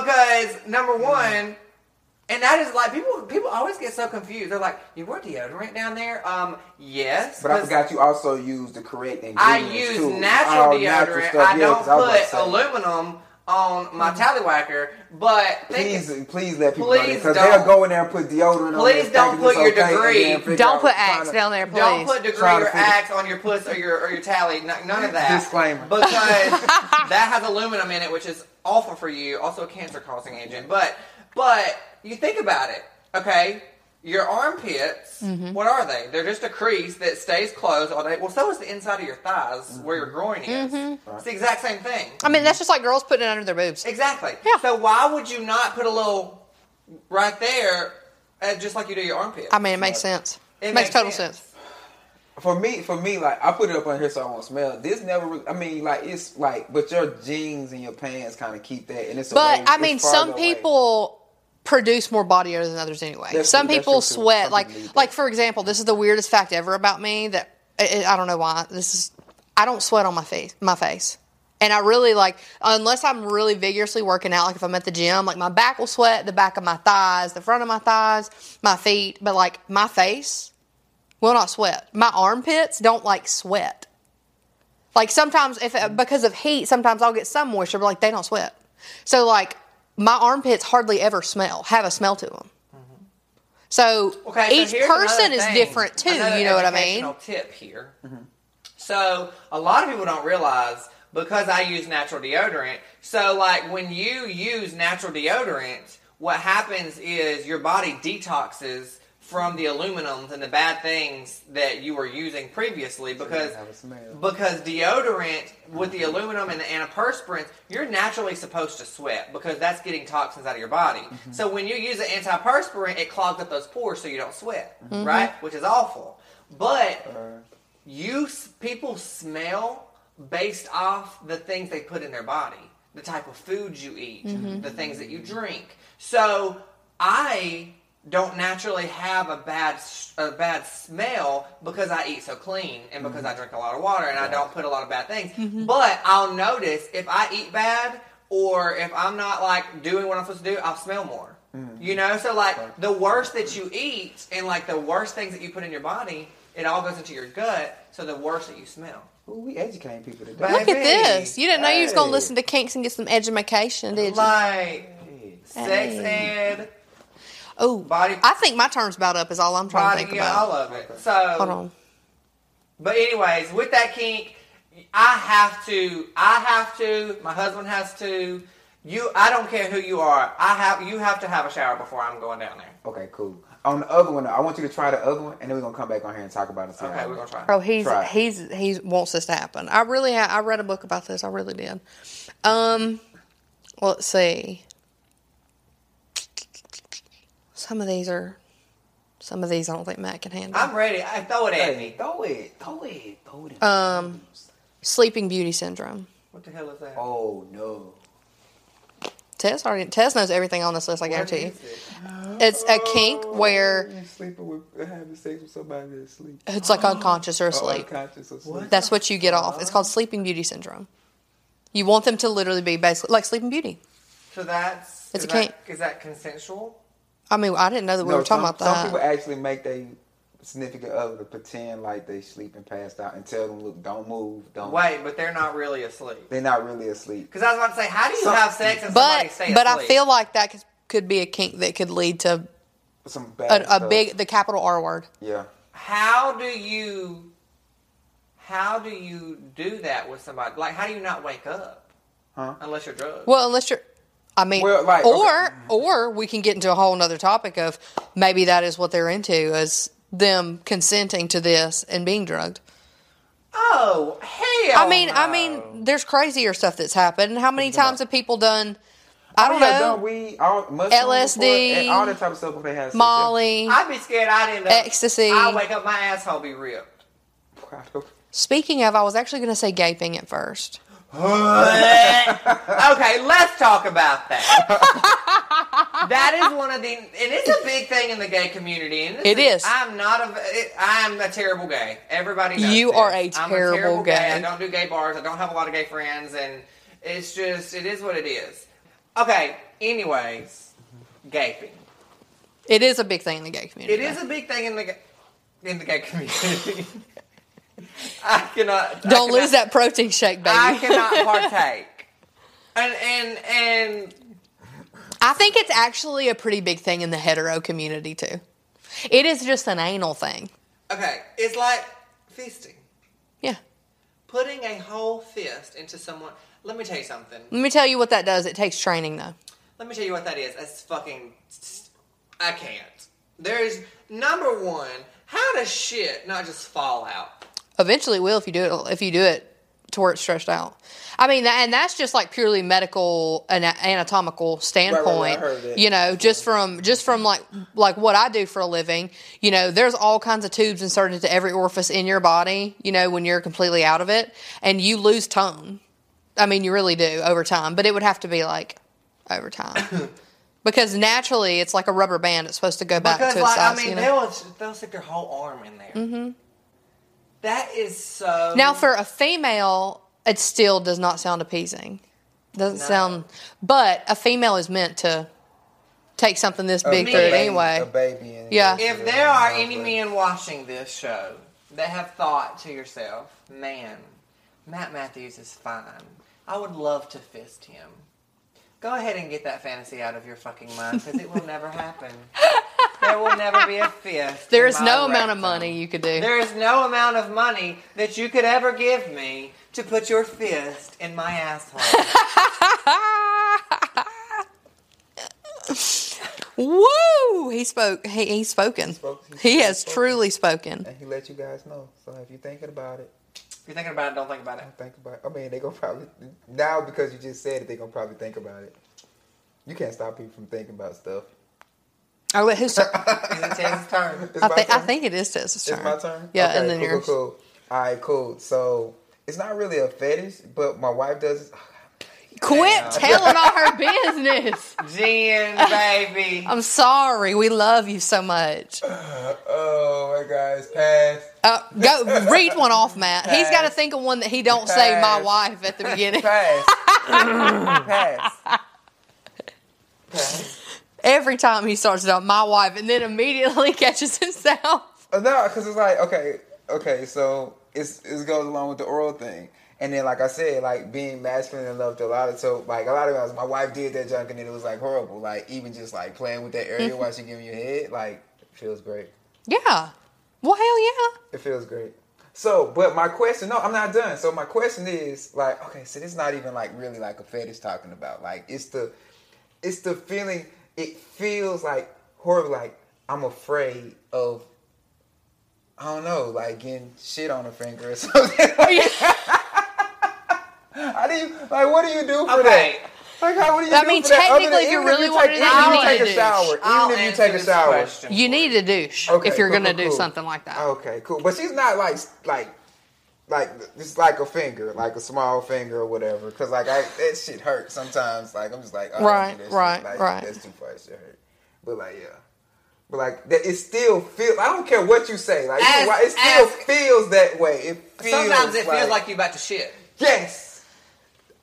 B: because
A: Mm.
B: number one, and that is like people people always get so confused. They're like, you wear deodorant down there? Um, yes,
A: But I
B: 'cause
A: forgot you also use the correct ingredients
B: I use
A: too.
B: natural
A: Oh,
B: deodorant.
A: stuff, yeah,
B: I
A: 'cause
B: don't
A: was about to
B: put
A: say. Mm-hmm.
B: aluminum on my tallywhacker, but think
A: Please, please let people know
B: Please
A: because
B: don't.
A: they'll go in there and put deodorant on.
B: Please
A: it, thinking
B: don't put
A: it's
B: your
A: okay, and
B: degree-
A: then figure
C: Don't
A: out
C: put
A: trying
C: axe
A: to-
C: down there, please.
B: Don't put degree
A: Trying to
B: or
A: figure-
B: axe on your puss or your or your tally. N- None of that.
A: Disclaimer. (laughs)
B: Because that has aluminum in it, which is awful for you. Also a cancer causing agent. But but you think about it, okay? Your armpits,
C: Mm-hmm.
B: what are they? They're just a crease that stays closed all day. Well, so is the inside of your thighs
A: Mm-hmm.
B: where your groin is.
C: Mm-hmm.
B: It's the exact same thing.
C: I mean, that's just like girls putting it under their boobs.
B: Exactly.
C: Yeah.
B: So why would you not put a little right there, uh, just like you do your armpit?
C: I mean, it makes sense.
B: It
C: makes,
B: makes
C: total
B: sense.
C: sense.
A: For me, for me, like I put it up on here so I won't smell. This never. Really, I mean, like it's like, but your jeans and your pants kind of keep that, and it's.
C: But
A: away-
C: I
A: it's
C: mean,
A: farther
C: some
A: away.
C: people produce more body odor than others anyway.
A: That's
C: some
A: true, that's
C: people
A: true, too.
C: sweat.
A: Some
C: like,
A: people need
C: like for example, this is the weirdest fact ever about me that I, I don't know why. This is I don't sweat on my face. My face. And I really like, unless I'm really vigorously working out, like if I'm at the gym, like my back will sweat, the back of my thighs, the front of my thighs, my feet, but like my face will not sweat. My armpits don't like sweat. Like sometimes, if uh, because of heat, sometimes I'll get some moisture, but like they don't sweat. So like my armpits hardly ever smell, have a smell to them. So
B: Okay, so
C: each
B: here's
C: person
B: another
C: is
B: thing,
C: different too.
B: another
C: You know what I
B: educational
C: mean?
B: Tip here. So a lot of people don't realize because I use natural deodorant. So like when you use natural deodorant, what happens is your body detoxes from the aluminums and the bad things that you were using previously because
A: have a smell.
B: because deodorant with the aluminum and the antiperspirants, you're naturally supposed to sweat because that's getting toxins out of your body. So when you use an antiperspirant, it clogs up those pores so you don't sweat, right? Which is awful. But you s- people smell based off the things they put in their body, the type of food you eat, the things that you drink. So I don't naturally have a bad s- a bad smell because I eat so clean and because I drink a lot of water and I don't put a lot of bad things. But I'll notice if I eat bad or if I'm not like doing what I'm supposed to do, I'll smell more. You know, so like the worse that you eat and like the worst things that you put in your body, it all goes into your gut. So the worse that you smell.
A: Ooh, we educating people today.
B: But-
C: Look at this. You didn't know you was gonna
A: Hey.
C: listen to Kinks and get some education, did you?
B: Like sex ed,
C: Oh,
B: body-
C: I think my term's about up. Is all I'm trying to
B: body,
C: think
B: yeah, all
C: about.
B: of it. So
C: Hold on.
B: But anyways, with that kink, I have to. I have to. My husband has to. You. I don't care who you are. I have. You have to have a shower before I'm going down there.
A: Okay, cool. On the other one, I want you to try the other one, and then we're gonna come back on here and talk about it.
B: Okay, we're gonna try.
C: Bro, he's
A: Try.
C: he's he wants this to happen. I really ha- I read a book about this. I really did. Um, let's see. Some of these are, some of these I don't think Matt can handle.
B: I'm ready. I throw it at
A: Hey,
B: me.
A: throw it, throw it, throw it.
C: Um, Sleeping Beauty syndrome.
B: What the hell is that?
A: oh no.
C: Tess already. Tess knows everything on this list. I
B: What
C: guarantee you.
B: is it?
C: It's a kink where
A: You're sleeping with having sex with somebody that's asleep.
C: it's like unconscious or
A: Or
C: asleep.
A: unconscious or asleep.
B: What?
C: That's what you get off. It's called Sleeping Beauty syndrome. You want them to literally be basically like Sleeping Beauty.
B: So that's. is
C: It's a kink.
B: That, is that consensual?
C: I mean, I didn't know that we
A: No,
C: were
A: some,
C: talking about
A: some
C: that.
A: people actually make their significant other to pretend like they sleeping passed out and tell them, look, don't move, don't.
B: Wait, but they're not really asleep.
A: They're not really asleep.
B: Because I was about to say, how do you
A: Some-
B: have sex and somebody
C: but
B: stay
C: but I
B: asleep?
C: feel like that could, could be a kink that could lead to
A: Some bad
C: a, a
A: stuff.
C: big the capital R word.
A: Yeah.
B: how do you how do you do that with somebody like how do you not wake up
A: Huh?
B: unless you're drugged
C: Well, unless you're, I mean,
A: Well, like,
C: or or we can get into a whole nother topic of maybe that is what they're into is them consenting to this and being drugged.
B: oh hell
C: I mean, I
B: Oh, no.
C: mean, there's crazier stuff that's happened. How many times have people done? I don't
A: Yeah,
C: know.
A: done weed, all, mushroom
C: LSD,
A: before, and all that type of stuff. If they have sex, yeah.
C: Molly.
B: i'd be scared i'd end up
C: Ecstasy.
B: i wake up my asshole be ripped
C: Speaking of, I was actually going to say gaping at first.
B: okay let's talk about
C: (laughs)
B: that that is one of the and it's a big thing in the gay community and this
C: It is.
B: i'm not a i'm a terrible gay everybody knows
C: You
B: this.
C: are a
B: I'm
C: terrible gay.
B: i don't do gay bars i don't have a lot of gay friends and it's just it is what it is okay anyways gaping
C: It is a big thing in the gay community.
B: it is a big thing in the ga- in the gay community (laughs) i cannot I
C: Don't
B: cannot- (laughs)
C: lose that protein shake, baby. (laughs)
B: I cannot partake. And and and
C: I think it's actually a pretty big thing in the hetero community too. It is just an anal thing.
B: okay, it's like fisting.
C: Yeah.
B: Putting a whole fist into someone. Let me tell you something.
C: Let me tell you what that does. It takes training though.
B: Let me tell you what that is. That's fucking. I can't. There's number one. How does shit not just fall out?
C: Eventually, it will if you do it if you do it to where it's stretched out. I mean, that, and that's just like purely medical and a- anatomical standpoint.
A: I heard that.
C: You know, just
B: Mm-hmm.
C: from just from like like what I do for a living. You know, there's all kinds of tubes inserted to every orifice in your body. You know, when you're completely out of it, and you lose tone. I mean, you really do over time, but it would have to be like over
B: (coughs)
C: time. Because naturally, it's like a rubber band. It's supposed to go back
B: Because
C: to its
B: like
C: size.
B: I mean,
C: you know?
B: they'll they'll stick their whole arm in there. Mm-hmm. is so.
C: Now, for a female, it still does not sound appeasing. Doesn't
B: No.
C: sound, but a female is meant to take something this big
B: Me.
C: through it
A: (laughs)
B: baby-
A: A
C: anyway.
A: baby. And
C: Yeah.
B: If there are any men watching this show that have thought to yourself, man, Matt Matthews is fine. I would love to fist him. Go ahead and get that fantasy out of your fucking mind because it will never happen. There will never be a fist.
C: There
B: in
C: is
B: my
C: no amount of
B: rectum.
C: money you could do.
B: There is no amount of money that you could ever give me to put your fist in my asshole.
C: (laughs) Woo! He spoke. He, he's spoken.
A: Spoke- he's
C: He has
A: spoken.
C: truly spoken.
A: And he let you guys know. So if you're thinking about it,
B: if you're thinking about it, don't think about it.
A: don't think about. It. I mean, they gonna probably now because you just said it, they gonna probably think about it. You can't stop people from thinking about stuff.
C: Oh, wait, who's turn?
B: It's his turn.
A: (laughs) It's
C: I,
A: my
C: thi- I
A: turn?
C: think it is Tessa's turn.
A: It's my turn.
C: Yeah,
A: Okay,
C: and then
A: cool,
C: yours.
A: Cool, cool. All right, cool. So it's not really a fetish, but my wife does.
C: Quit
B: Damn.
C: telling all her business.
B: Jen, baby.
C: I'm sorry. We love you so much.
A: (sighs) Oh my guys, pass,
C: Uh, go read one off, Matt. He's got to think of one that he don't say my
A: Pass.
C: wife
A: (laughs)
C: at the beginning.
A: pass,
C: (laughs)
A: pass, pass.
C: Every time he starts it off, my wife, and then immediately (laughs) catches himself.
A: Uh, No, because it's like okay, okay. So it's it goes along with the oral thing, and then like I said, like being masculine and love to a lot of so like a lot of guys. My wife did that junk, and it was like horrible. Like even just like playing with that area while she giving you head, like feels great.
C: Yeah. Well, hell
A: It feels great. So, but my question, no, I'm not done. So my question is like, okay, so this is not even like really like a fetish talking about. Like it's the, it's the feeling. It feels like horrible. Like I'm afraid of. I don't know, like getting shit on a finger or (laughs) something. Like,
C: Oh, yeah.
A: how do you like? What do you do for
B: Okay.
A: that? Like, how what do you
C: I
A: do
C: mean,
A: for that? Other than-
C: technically, you
A: even if
C: really
A: you
C: wanted
A: take,
C: to
A: even if you
C: do it,
A: take
C: you
A: a
C: do.
A: shower,
B: I'll
A: even if
B: answer
A: you take a
B: this
A: shower,
B: question
C: You
B: for
C: need
B: you.
C: to douche
A: Okay,
C: if you're
A: cool,
C: gonna
A: cool, Oh.
C: do
A: cool.
C: something like that.
A: Okay, cool. But she's not like like like it's like a finger, like a small finger or whatever. Because like I that shit hurts sometimes. Like I'm just like oh, I don't do
C: Right,
A: that shit.
C: right,
A: Like,
C: right.
A: That's too far. That shit hurt. But like yeah. But like that, it still feels. I don't care what you say. Like you know why, it
B: Ask-
A: still
B: ask.
A: feels that way. It feels
B: Sometimes it
A: like,
B: feels like you're about to shit.
A: yes.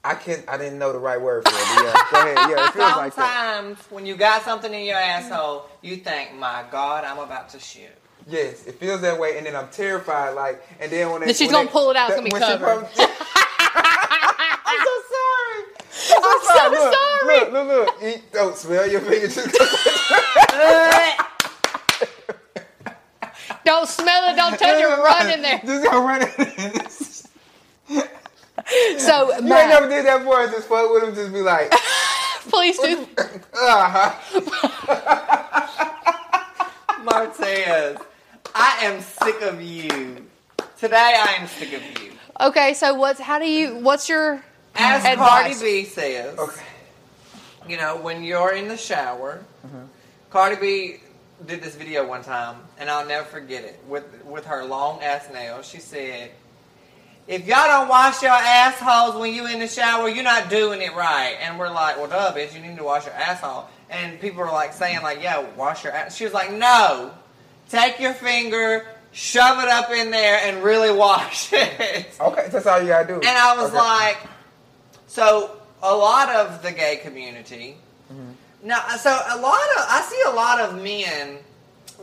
A: I can. I didn't know the right word for it. But yeah, go
C: (laughs)
A: ahead. Yeah, it feels like that.
B: Sometimes when you got something in your asshole, you think, "My God, I'm about to (laughs) shit."
A: Yes, it feels that way, and then I'm terrified. Like, and then when they,
C: That she's
A: when
C: gonna
A: they-
C: pull it out, it's
A: that-
C: gonna be
A: when she
C: covered. (laughs)
A: comes- I'm so sorry. I'm so
C: I'm so
A: look,
C: sorry.
A: Look, look, look. You don't smell your fingers.
C: (laughs)
A: Just
C: Don't smell it. Don't touch it.
A: (laughs)
C: Run in there.
A: Just go run in there. (laughs)
C: So,
A: You ain't
C: Matt,
A: never did that before. Just fuck with him. Just be
C: (laughs)
A: like,
C: please do.
A: uh-huh.
B: Martez, I am sick of you. Today, I am sick of you.
C: Okay, so what's how do you? What's your
B: As
C: advice?
B: Cardi B says,
A: Okay.
B: you know, when you're in the shower, Cardi B did this video one time, and I'll never forget it. With with her long ass nails, she said, "If y'all don't wash your assholes when you in the shower, you're not doing it right." And we're like, "Well, duh, bitch, you need to wash your asshole." And people are like saying, "Like, yeah, wash your ass." She was like, "No, take your finger." Shove it up in there and really wash (laughs) it.
A: Okay, that's all you gotta do.
B: And I was
A: Okay.
B: like, so a lot of the gay community.
A: Mm-hmm.
B: Now, so a lot of I see a lot of men.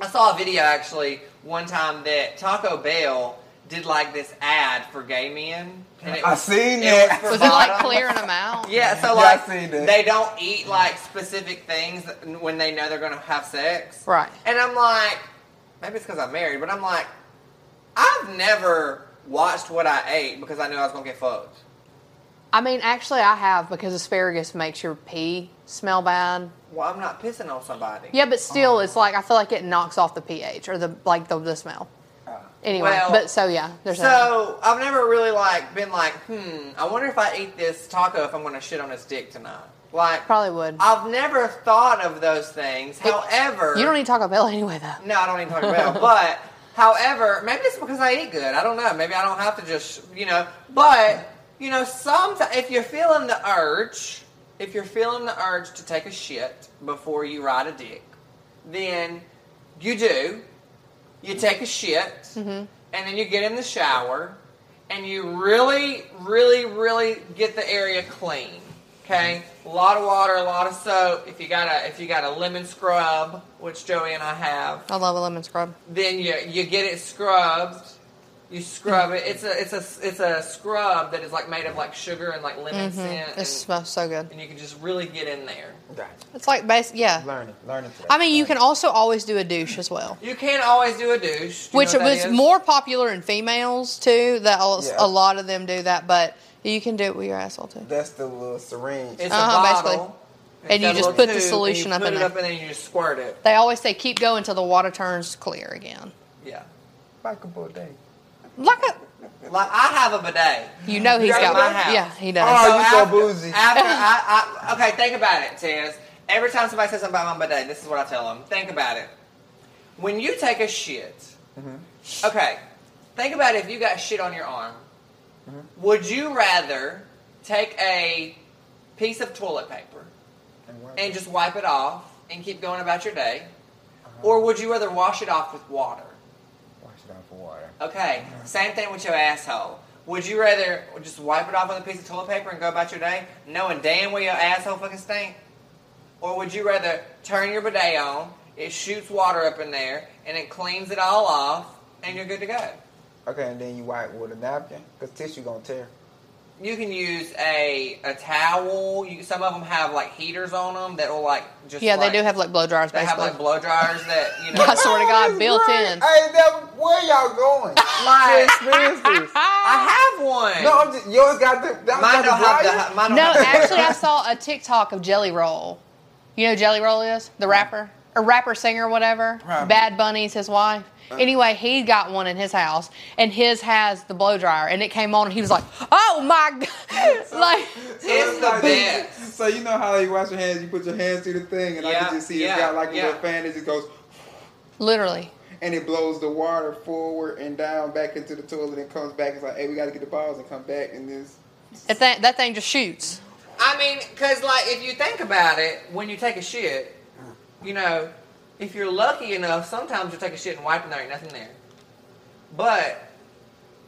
B: I saw a video actually one time that Taco Bell did like this ad for gay men. And it
A: I
B: was-
A: seen
B: it
A: that. (laughs)
B: for
C: Was it like
B: bottom.
C: clearing them out?
B: Yeah, so
A: Yeah, I
B: like
A: seen that.
B: they don't eat like specific things when they know they're gonna have sex.
C: Right.
B: And I'm like, maybe it's because I'm married, but I'm like, I've never watched what I ate because I knew I was gonna get fucked.
C: I mean, actually, I have because asparagus makes your pee smell bad.
B: Well, I'm not pissing on somebody.
C: Yeah, but still, it's like I feel like it knocks off the pH or the like the, the smell. Anyway,
B: Well,
C: but so yeah, there's that.
B: So I've never really like been like, hmm, I wonder if I eat this taco if I'm gonna shit on his dick tonight. Like
C: probably would.
B: I've never thought of those things.
C: It-
B: However,
C: you don't need Taco Bell (laughs) anyway,
B: (laughs)
C: though.
B: No, I don't even talk about. but however, maybe it's because I eat good. I don't know. Maybe I don't have to just you know. But you know, sometimes if you're feeling the urge, if you're feeling the urge to take a shit before you ride a dick, then you do. You take a shit, and then you get in the shower, and you really, really, really get the area clean. Okay, a lot of water, a lot of soap. If you got a if you got a lemon scrub, which Joey and I have,
C: I love a lemon scrub.
B: then you you get it scrubbed. You scrub it. It's a it's a it's a scrub that is like made of like sugar and like lemon
C: Mm-hmm.
B: scent,
C: It
B: and,
C: smells so good.
B: and you can just really get in there.
C: It's like base, yeah.
A: Learning, learning. today.
C: I mean, you can also always do a douche as well,
B: You can't always do a douche, Do you
C: which
B: know what that
C: was
B: is?
C: more popular in females too. That al-
A: Yeah.
C: a lot of them do that, but you can do it with your asshole too.
A: That's the little syringe.
B: It's
C: Uh-huh,
B: a bottle,
C: basically.
B: It's
C: And you
B: got a
C: just
B: little
C: put the
B: tube, and
C: solution
B: you
C: up
B: put
C: in
B: it
C: there.
B: up, and then you just squirt it.
C: They always say keep going until the water turns clear again.
B: Yeah,
A: like a bidet.
C: Like a,
B: like I have a bidet.
C: you know he's
B: You're
C: got
B: at my house.
C: one. Yeah, he does.
A: Oh, you so
B: after-
A: bougie. (laughs)
B: After I, I, okay, think about it, Tiz. Every time somebody says something about my bidet, this is what I tell them. Think about it. When you take a shit,
A: Mm-hmm.
B: okay, think about if you got shit on your arm.
A: Mm-hmm.
B: Would you rather take a piece of toilet paper
A: And work.
B: and just wipe it off and keep going about your day,
A: Uh-huh.
B: or would you rather wash it off with water?
A: Wash it off with water.
B: Okay, same thing with your asshole. Would you rather just wipe it off with a piece of toilet paper and go about your day, knowing damn well your asshole fucking stink? Or would you rather turn your bidet on, it shoots water up in there, and it cleans it all off, and you're good to go?
A: Okay, and then you wipe with a napkin because tissue gonna tear.
B: You can use a a towel. You, some of them have like heaters on them that will like just
C: yeah,
B: like-
C: they do have like blow dryers
B: they have
C: basically.
B: like blow dryers that you
C: (laughs)
B: know.
C: I swear to God,
A: That's
C: built
A: great.
C: in.
A: Hey, that, where y'all going?
B: like,
A: Experience this.
C: (laughs)
B: I have one.
A: No, I'm just, yours got the. that got
B: mine don't have
A: dryer?
B: the mine don't
C: No,
B: have the-
A: (laughs)
C: actually, I saw a TikTok of Jelly Roll. You know who Jelly Roll is the rapper, a rapper singer, whatever.
A: Probably.
C: Bad Bunny's his wife.
A: Uh.
C: Anyway, he got one in his house, and his has the blow dryer, and it came on, and he was like, "Oh my (laughs) god!" like,
B: It's the best.
A: (laughs) So you know how you wash your hands, you put your hands through the thing, and I
B: Yeah,
A: can just see
B: yeah,
A: it's got like
B: yeah.
A: a little fan that just goes,
C: literally,
A: and it blows the water forward and down back into the toilet, and comes back. It's like, hey, we got to get the balls and come back, and this.
C: that thing, that thing just shoots.
B: I mean, because like if you think about it, when you take a shit, you know, if you're lucky enough, sometimes you take a shit and wipe and there ain't nothing there. But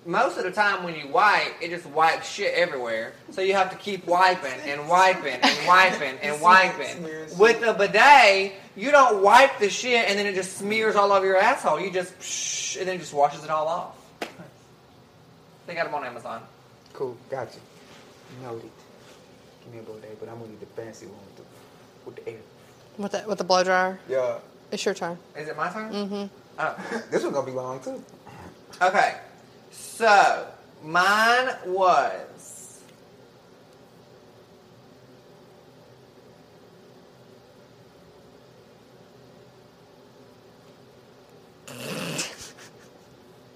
B: most of the time when you wipe, it just wipes shit everywhere. So you have to keep wiping and wiping and wiping and wiping. With a bidet, you don't wipe the shit and then it just smears all over your asshole. You just psh, and then it just washes it all off. They got them on Amazon.
A: Cool, gotcha. Noted. Give me a bidet, but I'm gonna get the fancy one with the, with the air.
C: With the, with the blow dryer,
A: Yeah,
C: it's your turn.
B: Is it my turn? Mm-hmm. Oh.
A: this one's gonna be long too.
B: Okay. So mine was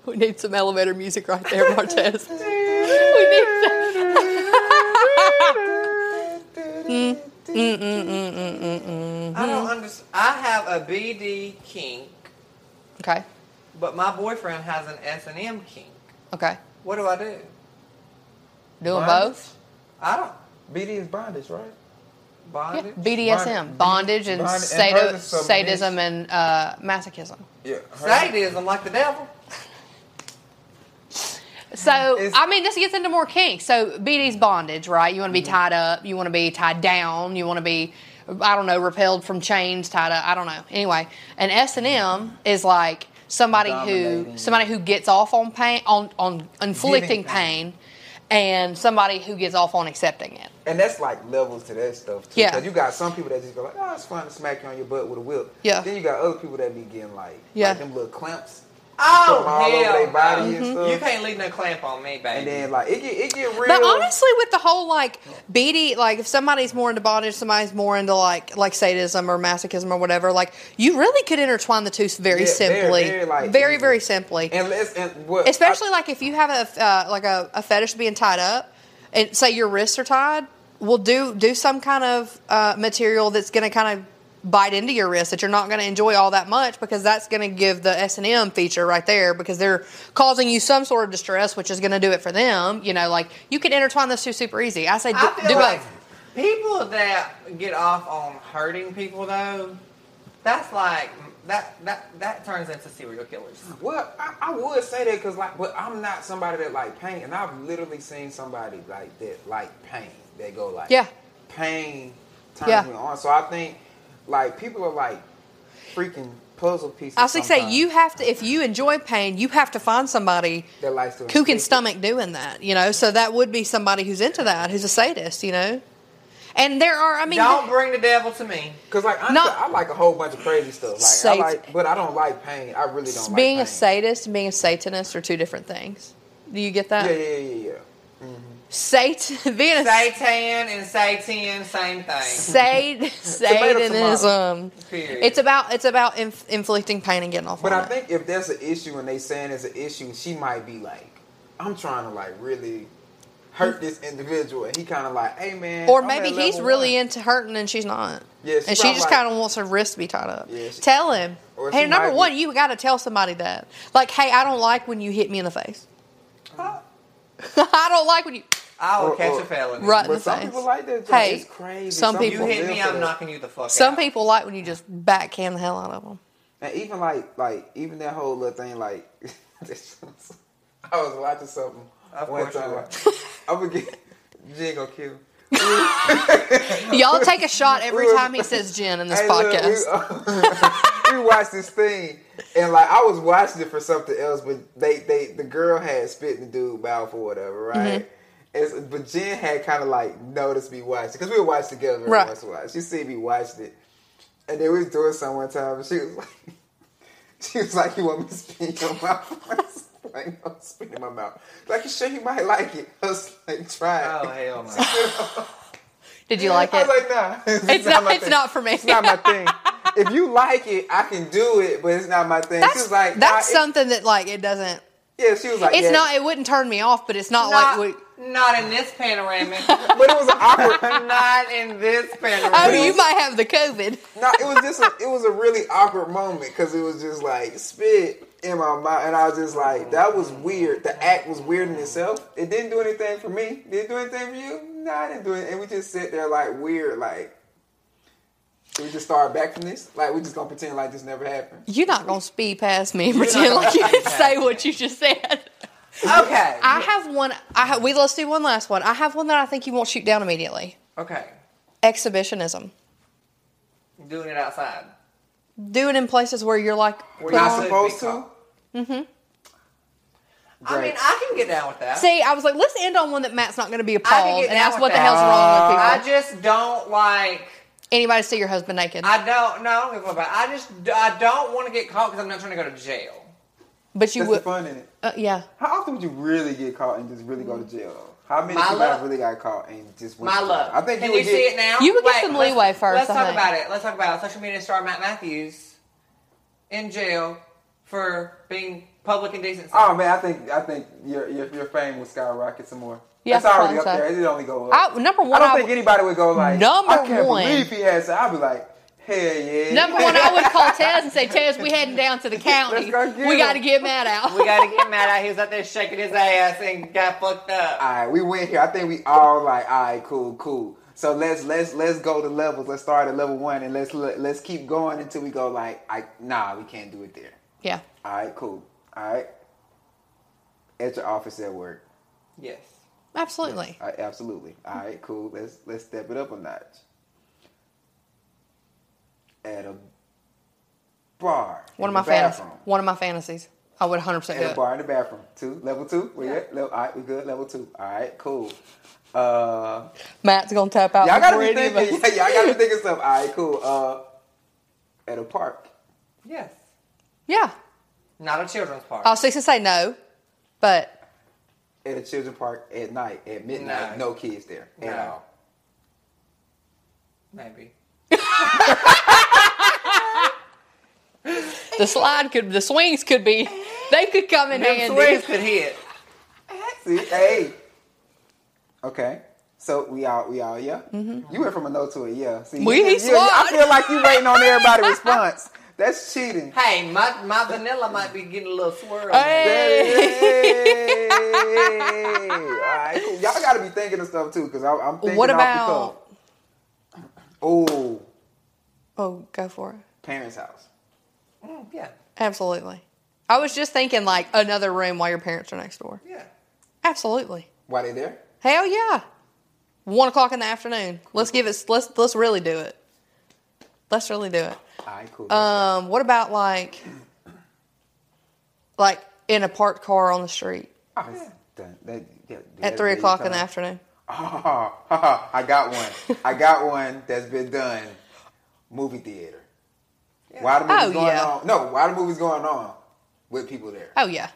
C: We need some elevator music right there, (laughs) Martez. we need.
B: I don't
C: Mm-hmm.
B: understand. I have a BD kink,
C: Some- okay,
B: but my boyfriend has an S and M kink.
C: okay,
B: What do I do?
C: doing
B: Bondage?
C: both.
B: I don't
A: BD is bondage, right?
C: Yeah,
B: bondage.
C: BDSM,
A: Bond-
C: bondage, and
A: bond- and
C: sado-
A: hurt is some
C: sadism and uh, masochism.
A: Yeah.
B: Sadism like the devil.
C: So,
A: It's-
C: I mean, this gets into more kinks. So, BD's bondage, right? You want
A: Mm-hmm.
C: to be tied up, you want to be tied down, you want to be, I don't know, repelled from chains, tied up. I don't know. Anyway, and S and M is like somebody who
A: Dominating.
C: somebody who gets off on pain on on inflicting
A: Giving pain.
C: pain, and somebody who gets off on accepting it.
A: And that's like levels to that stuff too.
C: Yeah.
A: Because you got some people that just go like, oh, it's fun to smack you on your butt with a whip.
C: Yeah.
A: Then you got other people that be getting like,
C: Yeah.
A: like them little clamps. Put
B: Oh,
A: them all over
B: hell.
A: their body
B: no.
C: Mm-hmm.
A: and stuff.
B: You can't leave no clamp on me, baby.
A: And then like it get it get real.
C: But honestly, with the whole like BD, like if somebody's more into bondage, somebody's more into like like sadism or masochism or whatever, like you really could intertwine the two very
A: Yeah, very,
C: simply, very
A: very, like,
C: very,
A: easy.
C: simply.
A: and let's and what
C: Especially like if you have a uh, like a, a fetish being tied up, and say your wrists are tied, well do do some kind of uh, material that's going to kind of bite into your wrist that you're not going to enjoy all that much because that's going to give the S and M feature right there because they're causing you some sort of distress, which is going to do it for them. You know, like you can intertwine those two super easy. I say do,
B: I feel
C: do
B: like
C: both.
B: people that get off on hurting people though, that's like that that that turns into serial killers.
A: Well, I, I would say that because like, but I'm not somebody that like pain, and I've literally seen somebody like that like pain. They go like,
C: Yeah.
A: pain turns
C: Yeah.
A: me on. So I think like people are like freaking puzzle pieces.
C: I was gonna say
A: sometimes
C: you have to if you enjoy pain, you have to find somebody
A: that likes to
C: who can
A: inflict it.
C: stomach doing that, you know? So that would be somebody who's into that, who's a sadist, you know? And there are, I mean,
B: Don't bring the devil to me.
A: Cause like honestly,
C: Not-
A: I like a whole bunch of crazy stuff. Like
C: Sat-
A: I like, but I don't like pain. I really don't.
C: being
A: like
C: a
A: pain.
C: sadist and being a satanist are two different things. Do you get that?
A: Yeah, yeah, yeah, yeah.
C: Satan, (laughs) being a
B: Satan and Satan, same thing.
A: (laughs)
C: sad, satanism.
B: Period.
C: It's about it's about inf- inflicting pain and getting off.
A: But
C: on
A: I
C: it.
A: think if there's an issue and they saying it's an issue, she might be like, I'm trying to like really hurt this individual, and he kind of like, hey man,
C: or
A: I'm
C: maybe
A: at
C: he's
A: level
C: really
A: one."
C: into hurting and she's not.
A: Yeah, she
C: and she
A: probably
C: just
A: like-
C: kind of wants her wrist to be tied up.
A: Yeah, she-
C: tell him.
A: Or she
C: Hey, number
A: might be-
C: one, you got to tell somebody that. Like, hey, I don't like when you hit me in the face. (laughs) I don't like when you.
B: I will
A: Or-
B: catch
A: or-
B: a felony.
C: Right. in
A: But
C: the
A: some
C: face.
A: people like that. Joe.
C: Hey,
A: it's crazy.
C: some
B: You
C: people
B: hit
A: live
B: me,
A: for
B: I'm
A: that.
B: knocking you the fuck
C: Some
B: out.
C: people like when you just backhand the hell out of them.
A: And even like, like even that whole little thing, like, (laughs) this- I was watching something
B: Of
A: one
B: course you
A: time.
B: were.
A: like, (laughs) I'm gonna get Jig gonna kill.
C: Y'all take a shot
A: (laughs)
C: every
A: We were-
C: time he says gin in this
A: Hey, look,
C: podcast.
A: we, uh, (laughs) we watched this thing, and like I was watching it for something else, but they they the girl had spit in the dude mouth or whatever, right?
C: Mm-hmm.
A: It's, but Jen had kind of like noticed me watching because we would watch together every
C: Right.
A: once in a while. She seen me watching it, and they was doing something one time, and she was like, (laughs) she was like, "You want me to spit in your mouth?" (laughs) I was like, "No, spit in my mouth." Like, you sure you might like it? I was like, "Try it."
B: Oh hell no!
A: (laughs)
C: Did you like
A: I
C: it?
A: was like, nah. It's,
C: not-
A: my
C: it's
A: thing.
C: not for me.
A: It's not my
C: (laughs)
A: thing. if you like it, I can do it, but it's not my thing. she
C: that's
A: was like,
C: that's
A: nah, it-
C: something that like it doesn't.
A: yeah, she was like,
C: It's
A: yeah.
C: not. It wouldn't turn me off, but it's not,
B: Not,
C: like. We,
B: not in this panoramic.
A: (laughs) But it was
C: (laughs)
A: an awkward.
B: (laughs) not in this panoramic.
C: oh, you might have the COVID.
A: no, it was just. A, it was a really awkward moment because it was just like spit in my mouth, and I was just like, that was weird. The act was weird in itself. It didn't do anything for me. Did it do anything for you? No, nah, I didn't do it. And we just sat there like weird, like. We just started back from this. Like we just gonna pretend like this never happened.
C: You're not gonna speed past me and
B: not
C: pretend
B: gonna
C: like you
B: speed
C: didn't
B: past
C: say
B: me.
C: what you just said.
B: Okay.
C: I have one. I ha- we let's do one last one. I have one that I think you won't shoot down immediately.
B: okay.
C: Exhibitionism.
B: Doing it outside.
C: Do it in places where you're like.
B: Where
C: put
B: you're
C: on-
B: Could be
A: Supposed to.
B: caught. I mean, I can get down with that.
C: See, I was like, let's end on one that Matt's not going to be
B: can
C: appalled
B: get
C: and
B: down
C: ask
B: with
C: what the
B: that.
C: hell's wrong with people.
B: I just don't like.
C: Anybody see your husband naked?
B: I don't know. About, I just I don't want to get caught because I'm not trying to go to jail.
C: but you
A: That's
C: would.
A: the fun in it.
C: Uh, yeah.
A: How often would you really get caught and just really go to jail? How many
B: My
A: people
B: love.
A: have really got caught and just went
B: My
A: to jail?
B: love.
A: I think
B: Can
A: you,
B: you,
A: would
B: see
A: get,
B: it now?
C: You would get some
B: let's-
C: leeway first,
B: Let's
C: I
B: talk
C: think.
B: about it. Let's talk about it. Social media star Matt Matthews in jail for being public indecency.
A: Oh man, I think I think your your, your fame will skyrocket some more.
C: Yeah,
A: it's already up
C: probably so.
A: there. It'd only go up.
C: I, number
A: I
C: one,
A: don't
C: I,
A: think anybody would go like.
C: Number
A: I can't
C: one.
A: believe he has. I'd be like, hell yeah.
C: number one, I would call Tez and say, Tez, we heading down
B: (laughs)
C: to the
A: Let's
C: county.
A: go get
C: we
A: him."
C: got to get Matt out.
B: We gotta get Matt out. He was out there shaking his ass and got fucked up.
A: all right, we went here. I think we all like, all right, cool, cool. So let's let's let's go to levels. Let's start at level one and let's let, let's keep going until we go like, I nah, we can't do it there.
C: (laughs) yeah.
A: All right, cool. All right, at your office at work.
B: Yes.
C: Absolutely.
A: All right, absolutely. All right, cool. Let's let's step it up a notch. At a bar. in
C: One of my
A: the
C: fantasies.
A: bathroom.
C: One of my fantasies. I would 100 percent do
A: And a
C: it.
A: bar in the bathroom. Two. Level two. We
B: Yeah.
A: at? Level, all right, we good. Level two. All right, cool. Uh,
C: Matt's gonna tap out.
A: y'all gotta
C: before
A: be
C: any of
A: thinking. (laughs)
C: us.
A: y'all gotta be thinking stuff. All right, cool. Uh, at a park.
B: Yes.
C: Yeah.
B: Not a children's park.
C: I was fixing to say no, but
A: At a children's park at night at midnight.
B: No.
A: No, kids there
B: No.
A: at all.
B: Maybe.
C: the slide could, the swings could be, they could come in
B: Them
C: handy.
B: swings could hit.
A: See, hey. Okay. So we all we all yeah. You went from a no to a yeah. See,
C: We
A: you, you, I
C: swat.
A: feel like you waiting on everybody's response. That's cheating.
B: Hey, my, my vanilla might be getting a little swirl.
A: Hey. All right, cool. Y'all got to be thinking of stuff too, because I'm thinking
C: What
A: off
C: about?
A: the cuff. Oh,
C: Oh, go for it.
A: parents' house.
B: Mm, yeah,
C: Absolutely. I was just thinking like another room while your parents are next door.
B: yeah.
C: Absolutely.
A: Why they there?
C: Hell yeah. One o'clock in the afternoon. Let's give it. Let's let's really do it. Let's really do it.
A: All right, cool.
C: Um, what about like, like in a parked car on the street
A: All right, done. That- yeah, do
C: at
A: that
C: three
A: every
C: o'clock in
A: time.
C: the afternoon?
A: Oh, (laughs) I got one. I got one that's been done. Movie theater. Why the movie's
C: Oh,
A: going
C: yeah.
A: on? No, why the movie's going on with people there?
C: Oh yeah.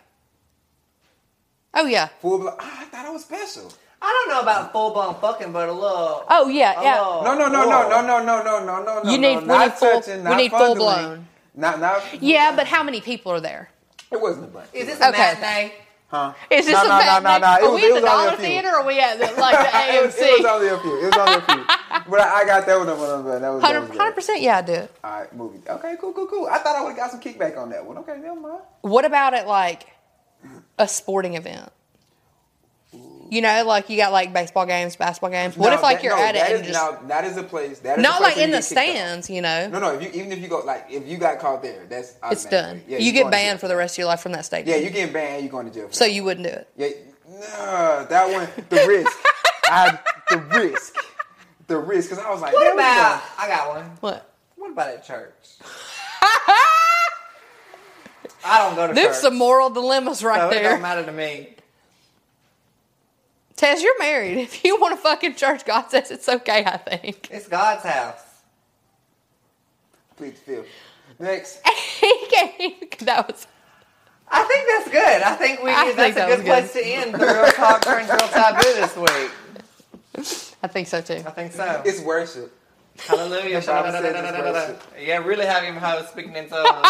C: Oh yeah.
A: Full blown. Ah, I thought I was special.
B: I don't know about full blown fucking, but a little.
C: Oh yeah.
B: a
C: yeah.
B: little-
A: No, no, no,
B: Whoa.
A: no, no, no, no, no, no, no.
C: You
A: no,
C: need- we
A: not
C: need full-
A: touching,
C: we
A: not
C: need
A: fondling.
C: full-blown.
A: Not, not.
C: Yeah, but how many people are there?
A: It wasn't a bunch.
B: Is this a
C: Okay.
B: matinee?
A: Huh?
C: Is this
A: no, no,
C: a bad
A: no, no, no.
C: Are
A: It was,
C: we
A: it
C: at
A: was
C: the
A: only a
C: Dollar
A: few.
C: Theater? Or are we
A: (laughs)
C: at the, like the
A: it, was, it was
C: AMC?
A: only a few. It was only a few. but I, I got that one. That one. That was. that was good.
C: Hundred percent. Yeah, I do it.
A: All right, movie. Okay, cool, cool, cool. I thought I would have got some kickback on that one. Okay, never mind.
C: What about at like a sporting event? You know, like you got like baseball games, basketball games. What
A: No,
C: if like
A: that-
C: you're
A: no,
C: at it
A: that
C: and
A: is-
C: just
A: no, that is a place. That is a
C: not
A: place
C: like
A: where
C: in
A: you
C: the
A: get kicked out.
C: stands, you know?
A: No, no. If you even if you go like if you got caught there, that's
C: it's done.
A: automatically- Yeah,
C: you
A: you're
C: get
A: going to
C: banned
A: jail.
C: for the rest of your life from that
A: Yeah,
C: stadium.
A: you getting banned. and You going to jail. For
C: so
A: that.
C: you wouldn't do it.
A: Yeah, nah, that one. The
C: (laughs)
A: risk. I the risk. The risk. Because I was like,
B: What
A: man, we
B: about?
A: gonna-
B: I got one.
C: What?
B: What about at church?
C: (laughs)
B: I don't go to
C: There's
B: church.
C: some moral dilemmas right
B: so it don't
C: there.
B: matter to me.
C: Tez, you're married. If you want to fucking church, God says it's okay, I think. (laughs)
B: It's God's house.
A: Please feel. Next.
C: he can't even- that was
B: I think that's good. I think we
C: I
B: that's a
C: think that
B: good,
C: was good.
B: place to end the real talk turns real taboo this week.
C: I think so too.
B: I think so.
A: It's worship.
B: Hallelujah.
A: The Bible says it's worship.
B: yeah, really have him host speaking in tongues.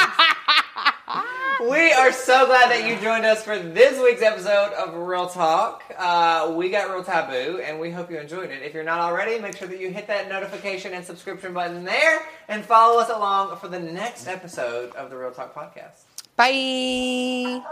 B: we are so glad that you joined us for this week's episode of Real Talk. Uh, we got Real Taboo, and we hope you enjoyed it. If you're not already, make sure that you hit that notification and subscription button there and follow us along for the next episode of the Real Talk podcast.
C: Bye.